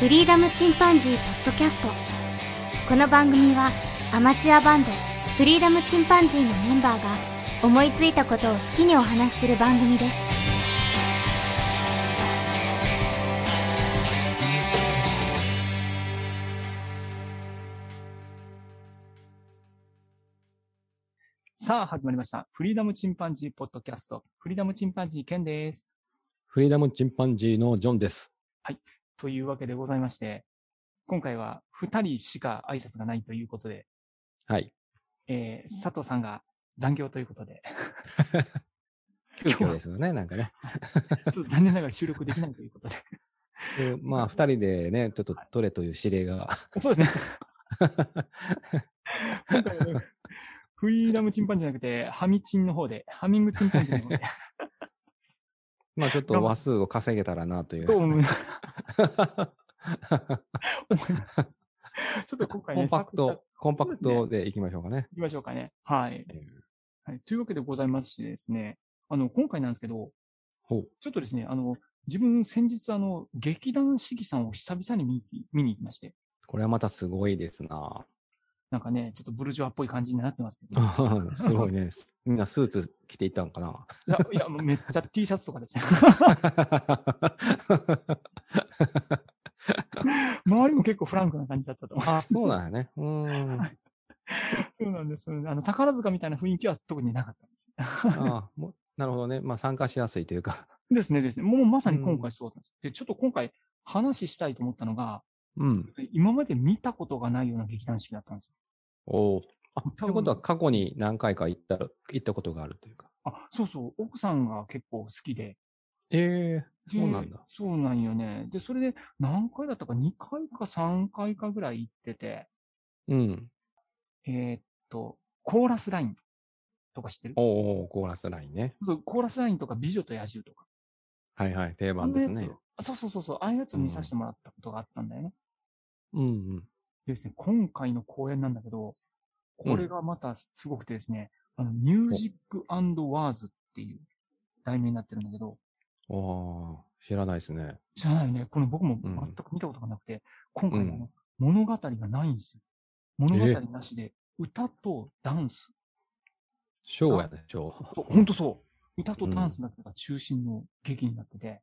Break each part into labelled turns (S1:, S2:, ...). S1: フリーダムチンパンジーポッドキャストこの番組はアマチュアバンドフリーダムチンパンジーのメンバーが思いついたことを好きにお話しする番組です
S2: さあ、始まりました。フリーダムチンパンジーポッドキャスト。フリーダムチンパンジーケンです。
S3: フリーダムチンパンジーのジョンです。
S2: というわけでございまして、今回は二人しか挨拶がないということで、
S3: はい。
S2: えー、佐藤さんが残業ということで、
S3: 急遽ですよね、なんかね。
S2: ちょっと残念ながら収録できないということで。
S3: うんまあ、二人でね、ちょっと取れという指令が。
S2: そうですね。今回はねフリーダムチンパンジーじゃなくて、ハミチンの方で、ハミングチンパンジーの方で、
S3: まあ、ちょっと話数を稼げたらなという。
S2: どう思い
S3: コ
S2: ます。ちょっと今回ね、
S3: ンパ
S2: サク
S3: ク
S2: サ
S3: ト
S2: ク、
S3: コンパクトでいきましょうかね。
S2: いきましょうかね。はい。はい、というわけでございますしですね、あの、今回なんですけど、
S3: ほう。
S2: ちょっとですね、あの、自分先日あの、劇団四季さんを久々に見に見に行きまして、
S3: これはまたすごいですな。
S2: なんかね、ちょっとブルジョアっぽい感じになってますけど、い
S3: すごいね。みんなスーツ着ていったのか な。
S2: や、いやもうめっちゃ T シャツとかですね。周りも結構フランクな感じだったと思う。
S3: あ、そうなんやね。うーん。
S2: そうなんです。あの、宝塚みたいな雰囲気は特になかったんです。
S3: あもうなるほどね。まあ、参加しやすいというか。
S2: ですね、ですね。もうまさに今回そうなんです。で、ちょっと今回話したいと思ったのが、
S3: うん。
S2: 今まで見たことがないような劇団四季だったんです
S3: おお。あ、
S2: よ。
S3: ということは過去に何回か行った、行ったことがあるというか。
S2: あ、そうそう、奥さんが結構好きで。
S3: ええ
S2: で
S3: そうなんだ。
S2: そうなんよね。で、それで何回だったか、2回か3回かぐらい行ってて、
S3: うん。
S2: えーっと、コーラスラインとか知ってる
S3: おうおうコーラスラインね。
S2: そうコーラスラインとか美女と野獣とか。
S3: はいはい、定
S2: あ
S3: 番
S2: の
S3: です
S2: やつ
S3: ね。
S2: をあそうそうそうそう、ああいうやつを見させてもらったことがあったんだよね。
S3: うんうん。
S2: でですね、今回の公演なんだけど、これがまたすごくてですね、あの、ミュージックワーズっていう題名になってるんだけど、
S3: ああ、知らないですね。
S2: じゃないね。この僕も
S3: う
S2: 全
S3: ん
S2: く見たことがなくて、今回
S3: うん
S2: あの物語がないんですよ。物語なしで、歌とダンス。
S3: ショーやね、ショー。
S2: そう、ほんとそう。歌とダンスだけが中心の劇になってて。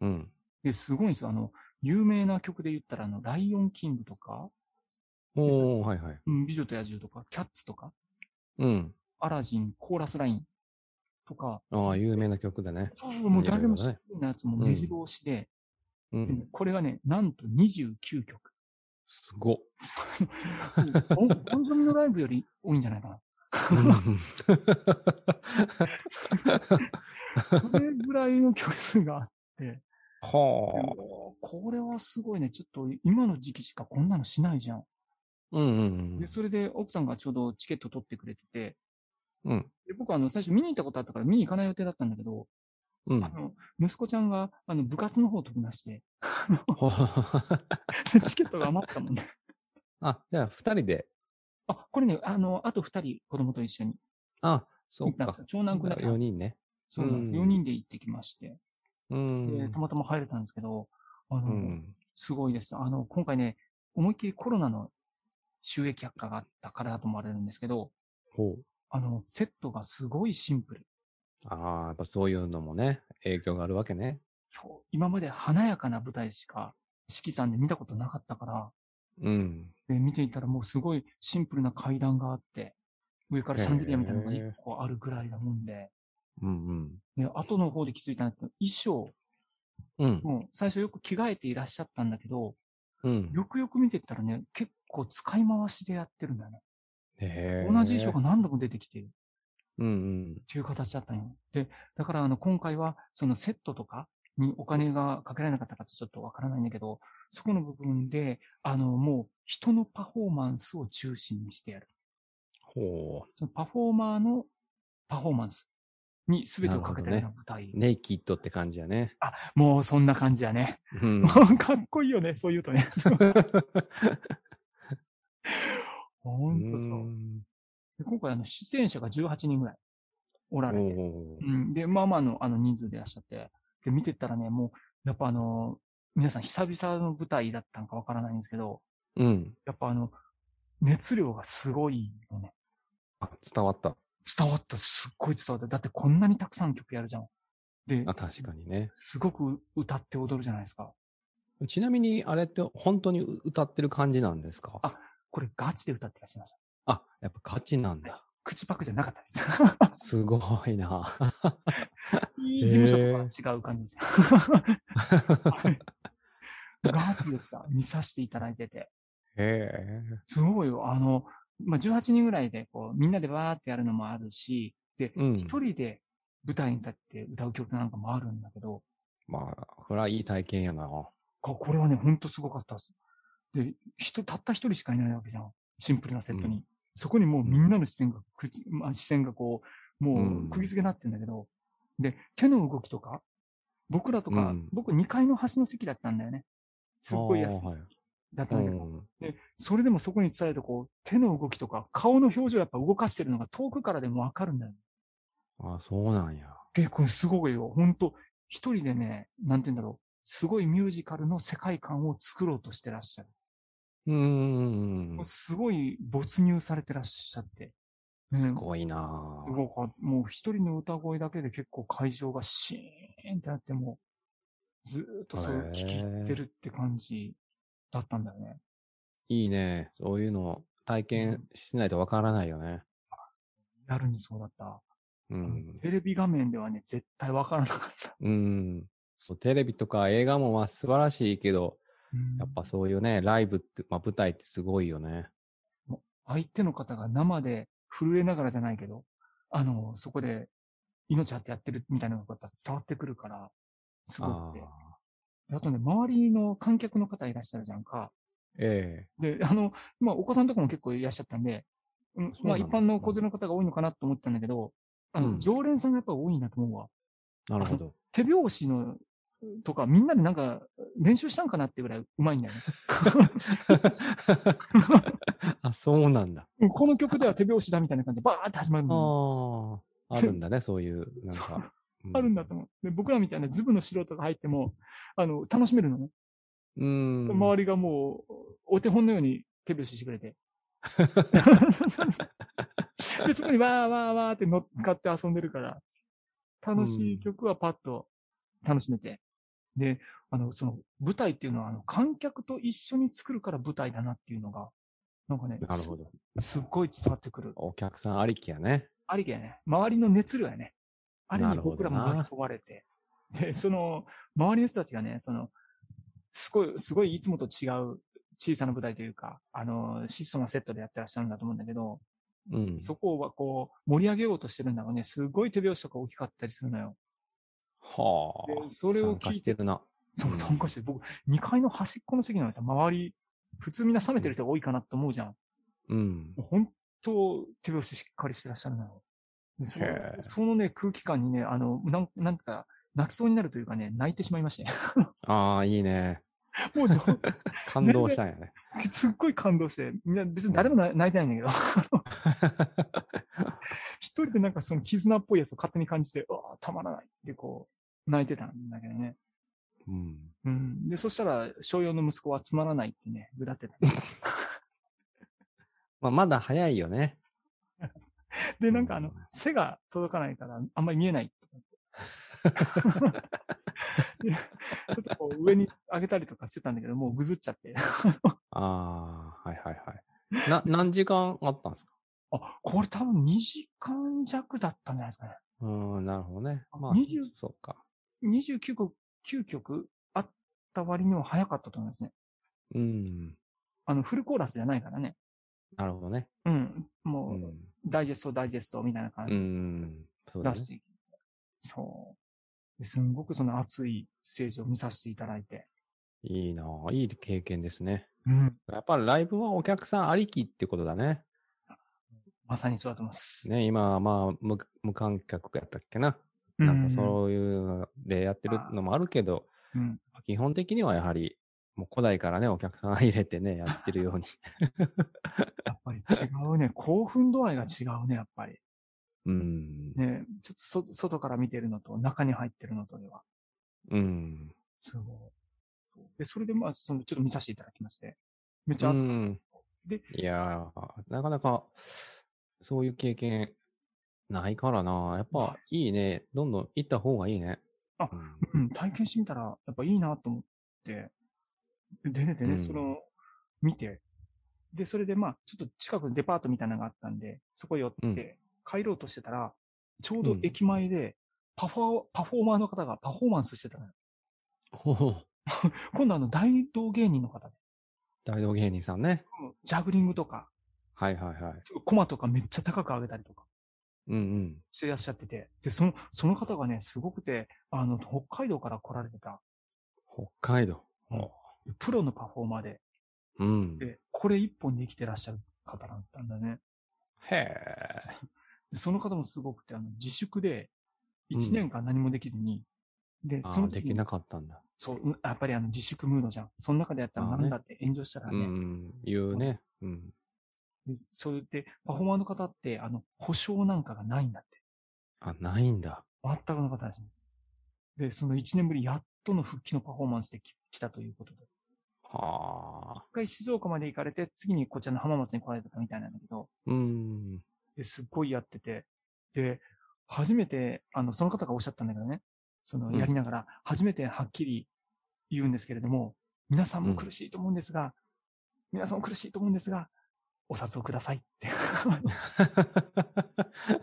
S3: うん。
S2: で、すごいんですよ。あの、有名な曲で言ったら、あの、ライオンキングとか、
S3: おおはいはい。
S2: うん美女と野獣とか、キャッツとか、
S3: うん。
S2: アラジン、コーラスラインとか、
S3: ああ、有名な曲だね。
S2: そうそうもう誰も知
S3: いろ
S2: っ
S3: いろ
S2: て
S3: ね
S2: るようなやつも
S3: うん
S2: 目白押しで、
S3: う
S2: でね
S3: ん。
S2: これがね、なんと29曲。
S3: すごっ。
S2: おおンジョミのライブより多いんじゃないかな。
S3: うん
S2: それぐらいの曲数があって、
S3: はあ。
S2: これはすごいね。ちょっと今の時期しかこんなのしないじゃん。
S3: うんうん
S2: で、それで奥さんがちょうどチケット取ってくれてて、
S3: うん。うん。
S2: で僕はあの、最初見に行ったことあったから見に行かない予定だったんだけど、
S3: うん。
S2: あ
S3: は
S2: の、息子ちゃんが、あの、部活の方を飛びま して、
S3: あ
S2: でチケットが余ったもんね。
S3: あ、じゃあ、二人で。
S2: あ、これね、あの、あと二人子供と一緒に
S3: あ、そ
S2: 行
S3: う
S2: ったん
S3: か
S2: です。よ。長男くらい。
S3: 4人ね。
S2: そうなんです。
S3: うん
S2: 4人で行ってきまして、
S3: う
S2: で
S3: ん
S2: た。またま入れたんですけど、あの、
S3: うん。
S2: すごいです。あの、今回ね、思いっきりコロナの収益悪化があったからだと思われるんですけど、
S3: ほう。
S2: あの、セットがすごいシンプル。
S3: ああ、やっぱそういうのもね、影響があるわけね。
S2: そう。今まで華やかな舞台しか、四季さんで見たことなかったから、
S3: うん。
S2: で見ていたらもうすごいシンプルな階段があって、上からシャンデリアみたいなのが
S3: へー
S2: 一個あるぐらいなもんで、
S3: うんうん。
S2: で、後の方で気づいたんですけど、衣
S3: うん
S2: 装、。もう最初よく着替えていらっしゃったんだけど、
S3: うん。
S2: よくよく見てったらね、結構使い回しでやってるんだよね。
S3: へ
S2: 同
S3: ー
S2: じ衣装が何度も出てきてる。
S3: うん
S2: っていう形だったんよ。で、だからあの、今回は、そのセットとかにお金がかけられなかったかちょっとわからないんだけど、そこの部分で、あの、もう人のパフォーマンスを中心にしてやる。
S3: うん。ほ
S2: そのパフォーマーのパフォーマンスに全てをかけたような
S3: なる
S2: 舞台。
S3: う。ネイキッドって感じやね。
S2: あ、もうそんな感じやね。
S3: うん。
S2: かっこいいよね、そう言うとね。ほんとそう。
S3: ん
S2: で今回あの、出演者が18人ぐらいおられて。
S3: おー
S2: うん。で、まあまあの、あの人数でいらっしゃって。で、見てったらね、もう、やっぱあの、皆さん久々の舞台だったのかわからないんですけど、
S3: うん。
S2: やっぱあの、熱量がすごいよね。
S3: あ、伝わった。
S2: 伝わった、すっごい伝わった。だってこんなにたくさん曲やるじゃん。で、
S3: あ、確かにね。
S2: すごく歌って踊るじゃないですか。
S3: ちなみに、あれって本当に歌ってる感じなんですか
S2: あこれガチで歌ってらっしゃいました。
S3: あ、やっぱ勝ちなんだ。
S2: 口パクじゃなかったです。
S3: すご いな。
S2: いい事務所とかは違う感じです。 はいガチでした。見させていただいてて。
S3: へ
S2: すごいよ。あの、まあ、18人ぐらいで、こう、みんなでわーってやるのもあるし、で、
S3: え。うん。
S2: 一人で舞台に立って歌う曲なんかもあるんだけど、
S3: まあ、これはいい体験やな。
S2: ここれはね、ほんとすごかったです。で、人、たった一人しかいないわけじゃん。シンプルなセットに。
S3: うん
S2: そこにもうみんなの視線が、くじまあ、視線がこう、も
S3: うん
S2: う、釘付けになってんだけど、で、手の動きとか、僕らとか、
S3: うん
S2: 僕2階の端の席だったんだよね。すっごい安い
S3: あーはい
S2: だった
S3: うん
S2: だけど、
S3: ん。
S2: で、それでもそこに伝えると、こう、手の動きとか、顔の表情やっぱ動かしてるのが遠くからでもわかるんだよ。
S3: あ、そうなんや。
S2: で、これすごいよ。ほんと、一人でね、なんて言うんだろう。すごいミュージカルの世界観を作ろうとしてらっしゃる。
S3: うーん
S2: もう。すごい没入されてらっしゃって。ね
S3: すごいな
S2: す。ごかもう一人の歌声だけで結構会場がシーンってなって、もう、ずーっとそれを聞き入ってるって感じだったんだよね。
S3: いいね。そういうの体験しないとわからないよね。
S2: やるにそうだった。
S3: うん。
S2: テレビ画面ではね、絶対わからなかった。
S3: うん。そうテレビとか映画もまあ素晴らしいけど、
S2: うん
S3: やっぱそういうね、ライブって、まあ舞台ってすごいよね。
S2: 相手の方が生で震えながらじゃないけど、あの、そこで命張ってやってるみたいなのがやっぱ伝わってくるから、すご
S3: あ
S2: くて。
S3: あ。
S2: であとね、周りの観客の方いらっしゃるじゃんか。
S3: え
S2: で、あの、まあ、お子さんとかも結構いらっしゃったんで、うん
S3: そう
S2: ま
S3: な
S2: あ、
S3: んだ
S2: 一般の子連れの方が多いのかなと思ったんだけど、あの、
S3: うん
S2: 常連さんがやっぱ多いなと思うわ。
S3: え。なる ほど。
S2: 手拍子の、とか、みんなでなんか、練習したんかなってぐらいうまいんだよね。
S3: あ、そうなんだ。
S2: うんこの曲では手拍子だみたいな感じで、バーって始まるのに。
S3: ああ。あるんだね、そういう、なん
S2: そう
S3: か。う
S2: あるんだと。思う。で僕らみたいなズブの素人が入っても、あの、楽しめるのね。
S3: うん。
S2: 周りがもう、お手本のように手拍子してく れて。で、そこにわーわーわーって乗っかって遊んでるから、楽しい曲はパッと楽しめて。で、あの、その、舞台っていうのは、あの、観客と一緒に作るから舞台だなっていうのが、なんかね、
S3: なるほど。
S2: すすっごい伝わってくる。
S3: お客さんありきやね。
S2: ありだよね。周りの熱量やね。ある意
S3: な
S2: 味
S3: るほ
S2: 僕ら
S3: どな
S2: も巻き込まれて。で、その、周りの人たちがね、その、すごい、すごいいつもと違う小さな舞台というか、あの、質素なセットでやってらっしゃるんだと思うんだけど、
S3: うん。
S2: そこはこう、盛り上げようとしてるんだろうね。すごい手拍子とか大きかったりするのよ。
S3: はあ。
S2: でそれを聞い
S3: 参加してるな。
S2: そううん参加して、僕、2階の端っこの席なのにさ、周り、普通みんな冷めてる人が多いかなと思うじゃん。
S3: うん。
S2: もう本当、手拍子しっかりしてらっしゃるのよ。でその
S3: へえ
S2: そのね、空気感にね、あの、なん、なんていうか、泣きそうになるというかね、泣いてし まいましたね。
S3: ああ、いいね。
S2: もうど、
S3: 感動したんやね。
S2: すっごい感動して、みんな別に誰もな泣いてないんだけど、一人でなんかその絆っぽいやつを勝手に感じて、うわあたまらないってこう、泣いてたんだけどね。
S3: うん。
S2: うん。で、そしたら、小4の息子はつまらないってね、ぐだってた。
S3: まあ、まだ早いよね。
S2: で、なんかあ
S3: う
S2: の
S3: ん、
S2: 背が届かないから、あんまり見えないって言って でちょっとこう上に上げたりとかしてたんだけど、もうぐずっちゃ って。
S3: ああ、はいはい はい。な、何時間あったんですか
S2: あ、これ多分2時間弱だったんじゃないですかね。
S3: うーん、なるほどね。まあ
S2: 20、
S3: そうか。
S2: 29曲、9曲あった割には早かったと思いますね。
S3: うん。
S2: あの、フルコーラスじゃないからね。
S3: なるほどね。
S2: うん。
S3: う
S2: もう、
S3: ん。
S2: ダイジェスト、ダイジェストみたいな感
S3: う
S2: じ
S3: ん。そうだ
S2: だ
S3: ね
S2: し。。そう。ですんごくその熱いステージを見させていただいて。
S3: いいなあいい経験ですね。
S2: うん。
S3: やっぱりライブはお客さんありきってことだね。
S2: まさにそうだと思います。
S3: ね、今、まあ、無無観客やったっけな。
S2: う
S3: なんかそういうのでやってるのもあるけど、
S2: うん。
S3: 基本的にはやはり、もう古代からね、お客さん入れてね、やってるよ うに。
S2: やっぱり違うね。 興奮度合いが違うね、やっぱり。
S3: うん。
S2: ね、ちょっとそ外から見てるのと、中に入ってるのとでは。
S3: うん。
S2: すごい。そう。で、それでまあ、その、ちょっと見させていただきまして。めっちゃ
S3: う
S2: 熱かっ
S3: ん。
S2: で
S3: いやー、なかなか、そういう経験、ないからな。やっぱ、いいね。どんどん行った方がいいね。
S2: あ
S3: うん
S2: たうん、体験してみたら、やっぱいいなと思って。でね、でね、
S3: うん
S2: その、見て。で、それでまあ、ちょっと近くにデパートみたいなのがあったんで、そこ寄って、帰ろうとしてたら、ちょうど駅前で、パフォー、パフォーマーの方がパフォーマンスしてたのよ。
S3: ほほ
S2: 今度あの、大道芸人の方で、
S3: 大道芸人さんね。
S2: ジャグリングとか、
S3: はいはいはい。
S2: ちょっとコマとかめっちゃ高く上げたりとか
S3: うん
S2: していらっしゃってて、で、その、その方がね、すごくて、あの、北海道から来られてた、
S3: うん。北海道。
S2: プロのパフォーマーで、
S3: うん。
S2: で、これ一本で生きてらっしゃる方だったんだね。
S3: へえ。
S2: で、その方もすごくて、あの、自粛で、
S3: うん
S2: 1年間何もできずに、で、
S3: あ
S2: その
S3: ー
S2: 時
S3: で
S2: に
S3: きなかったんだ。
S2: そう、うんやっぱりあの、自粛ムードじゃん。その中でやったら
S3: まあ
S2: な
S3: ね
S2: んだって炎上したら
S3: う
S2: ね、
S3: ん。言うね。うん。
S2: でそれで、パフォーマーの方って、あの、保証なんかがないんだって。
S3: あ、ないんだ。
S2: 全くなかったらしい。で、その1年ぶり、やっとの復帰のパフォーマンスでき来たということで。
S3: はあ。
S2: 一回静岡まで行かれて、次にこちらの浜松に来られてたみたいなんだけど、
S3: うん。
S2: で、すっごいやってて、で、初めて、あの、その方がおっしゃったんだけどね、その、
S3: うん
S2: やりながら、初めてはっきり言うんですけれども、皆さん
S3: う
S2: も
S3: ん
S2: 苦しいと思うんですが、皆さんも苦しいと思うんですが、お札をくださいって。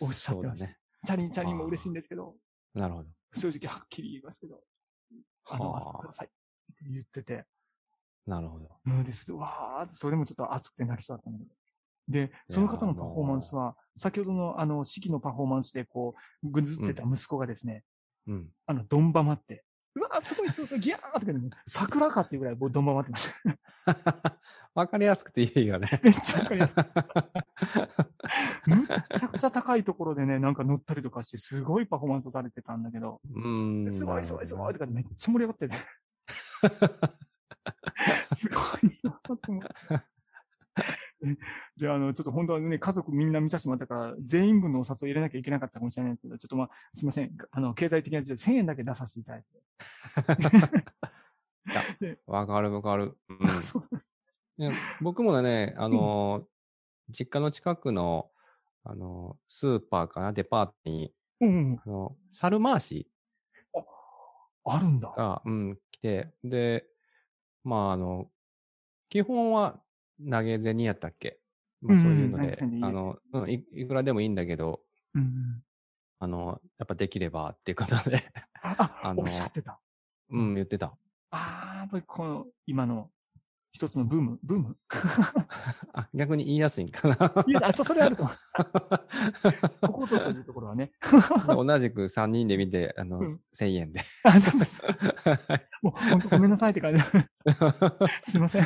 S2: おっしゃってました
S3: そうだね。
S2: チャリンチャリンも嬉しいんですけど、
S3: なるほど。
S2: 正直はっきり言いますけど、あの、お札く
S3: は
S2: ださいって言ってて、
S3: あ。なるほど。
S2: うんです。わーってそれでもちょっと熱くて泣きそうだったんだけど。で、その方のパフォーマンスは、先ほどのあの、式のパフォーマンスでこう、ぐずってた息子がですね、
S3: うん。
S2: あの、ドンバマって、うわーすごいすごいすごい、ギャーって言うけどね、桜かっていうぐらい、ドンバマってました。
S3: わかりやすくていいよね。
S2: めっちゃわかりやすい。むっちゃくちゃ高いところでね、なんか乗ったりとかして、すごいパフォーマンスされてたんだけど、
S3: うん。
S2: すごいすごいすごい
S3: な
S2: とか
S3: る
S2: めっちゃ盛り上がって て。すごいなと思って。 で、あの、ちょっと本当はね、家族みんな見させてもらったから、全員分のお札を入れなきゃいけなかったかもしれないんですけど、ちょっとまあ、すいません。あの、経済的な事情1000円だけ出させていただいて。
S3: ほどわかるわかる。うん。
S2: そう
S3: いや僕もね、あのー実家の近くの、あのースーパーかな、デパートに、
S2: うん、
S3: あの、猿回し
S2: あるんだ。
S3: が、うん、来て、で、まあ、あの、基本は投げ銭やったっけまあ、そういうの
S2: うんうん投げ
S3: で、
S2: 銭でいいよ
S3: あの、うんい、いくらでもいいんだけど、
S2: うんうん。
S3: あの、やっぱできればっていうことで、
S2: あ、
S3: あの
S2: おっしゃってた。
S3: うん、言ってた。
S2: あー、やっぱりこの、今の、一つのブーム、ブーム
S3: あ、逆に言いやすいんかな。
S2: いや、あ、そうそれあると思う。ここぞというところはね。
S3: 同じく3人で見て、あの、
S2: うん
S3: 1000円 で。
S2: あ、なんかもう、本当ごめんなさいって感じ。すいません。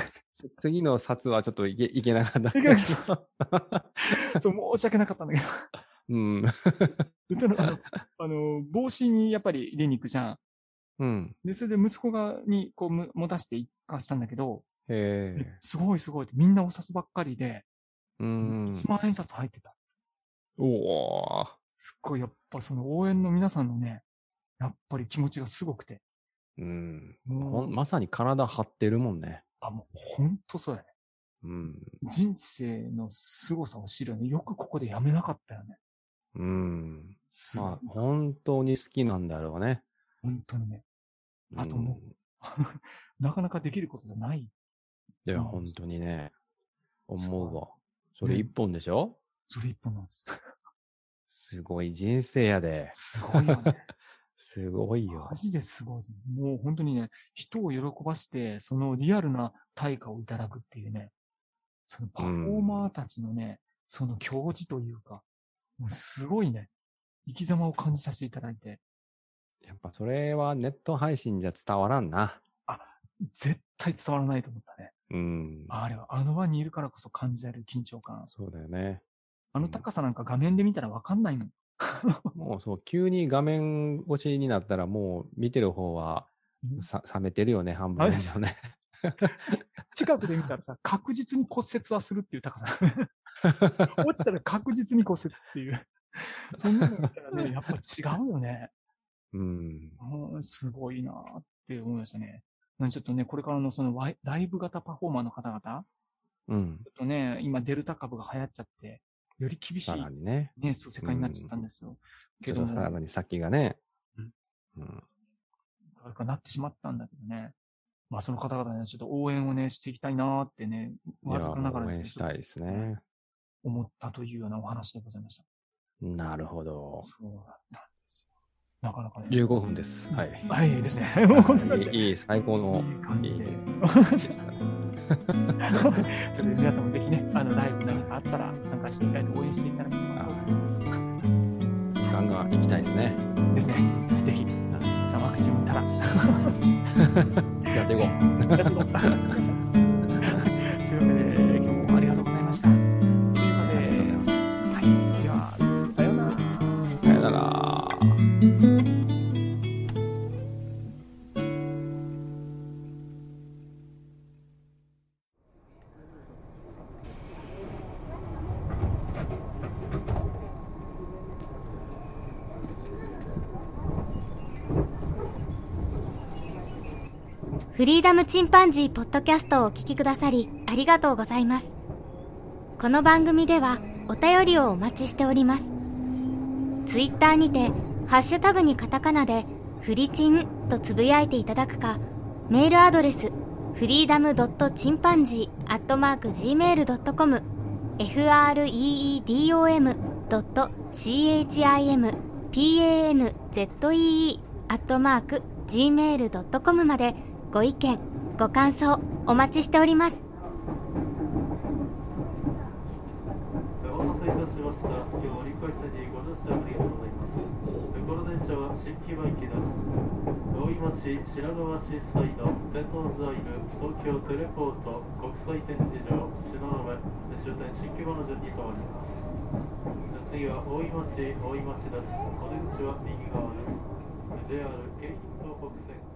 S3: 次の札はちょっといけいけなかったけ
S2: いけ
S3: ど
S2: なかそう、申し訳なかったんだけど。
S3: うん。
S2: うちの、 あの、あの帽子にやっぱり入れに行くじゃん。
S3: うん。
S2: で、それで息子が、に、こう、む持たせていかしたんだけど、
S3: へえ。
S2: すごいすごいって、みんなお札ばっかりで、
S3: うん
S2: 一。万円札入ってた。
S3: おお。
S2: すっごい、やっぱその応援の皆さんのね、やっぱり気持ちがすごくて。
S3: うん。ほ
S2: も
S3: ん
S2: う、
S3: まさに体張ってるもんね。
S2: あ、もう、ほんとそうやね。
S3: うん。
S2: 人生の凄さを知るよね。よくここでやめなかったよね。
S3: うん。
S2: すごい
S3: まあ、本当に好きなんだろうね。
S2: 本当にね。 あとも
S3: うん。
S2: なかなかできることじゃない。
S3: いや、
S2: うん
S3: 本当にね、思
S2: そう
S3: うわ。それ
S2: ね
S3: 一本でしょ
S2: それ一本なんです。
S3: すごい人生やで。
S2: すごいよね。
S3: すごいよ
S2: マ。ジですごい。もう本当にね、人を喜ばして、そのリアルな対価をいただくっていうね、そのパフォーマーたちのね、その教示というか、もうすごいね、生き様を感じさせていただいて、
S3: やっぱそれはネット配信じゃ伝わらんな。
S2: 絶対伝わらないと思ったね。
S3: うん。
S2: あれは、あの輪にいるからこそ感じられる緊張感。
S3: そうだよね。
S2: あの高さなんか画面で見たらわかんないもん。
S3: もうそう、急に画面越しになったら、もう見てる方は
S2: うん
S3: さ冷めてるよね、半分以上ね。
S2: 近くで見たらさ、確実に骨折はするっていう高さ。落ちたら確実に骨折っていう。そんなの見たらね、やっぱ違うよね。
S3: うん。
S2: うん、すごいなぁって思いましたね。うんちょっとね、これからのそのワイライブ型パフォーマーの方々、ちょ
S3: うん。
S2: っとね、今デルタ株が流行っちゃって、より厳し
S3: さら
S2: い、
S3: にね。
S2: ね、そう世界になっちゃったんですよ。けど
S3: ちょっとさ
S2: も、
S3: らに先がね
S2: うん。
S3: うん。
S2: これからなってしまったんだけどね。まあその方々ね、ちょっと応援をね、していきたいなーってね、
S3: い
S2: わず
S3: や、
S2: かながら
S3: 応
S2: です
S3: 援
S2: けど
S3: したいですね。
S2: 思ったというようなお話でございました。
S3: なるほど。
S2: そうだったんですよ。なかなかね。
S3: 15分です。はい。
S2: はい、いいですね。本当に
S3: いいいい、最高の。
S2: いい感じで
S3: いい。
S2: ちょっと皆さんもぜひね、あのライブ何かあったら参加していただいて応援していただければ
S3: はいガンガン行きたいですね。
S2: とですね。ぜひ、サマクチームたら、
S3: やっていこう。
S2: やっていこうというわけで、今日もありがとうございました。というわけ
S3: ありがとうございます。
S2: で、では、さようなら。
S3: さよなら。
S1: フリーダムチンパンジーポッドキャストをお聞きくださりありがとうございます。この番組ではお便りをお待ちしております。ツイッターにて、ハッシュタグにカタカナで、フリチンとつぶやいていただくか、メールアドレス、フリーダムドットチンパンジーアットマーク Gmail.com、freedom ドット chimpanzee アットマーク Gmail.com までご意見、ご感想お待ちしております。
S4: お待たせいたしました。今日折り返しにご乗車ありがとうございます。この電車は新木場行きです。大井町白川市市内の天王座いる東京テレポート国際展示場篠上終点新木場の順に変わります。次は大井町大井町です。お出口は右側です。JR 京浜東北線。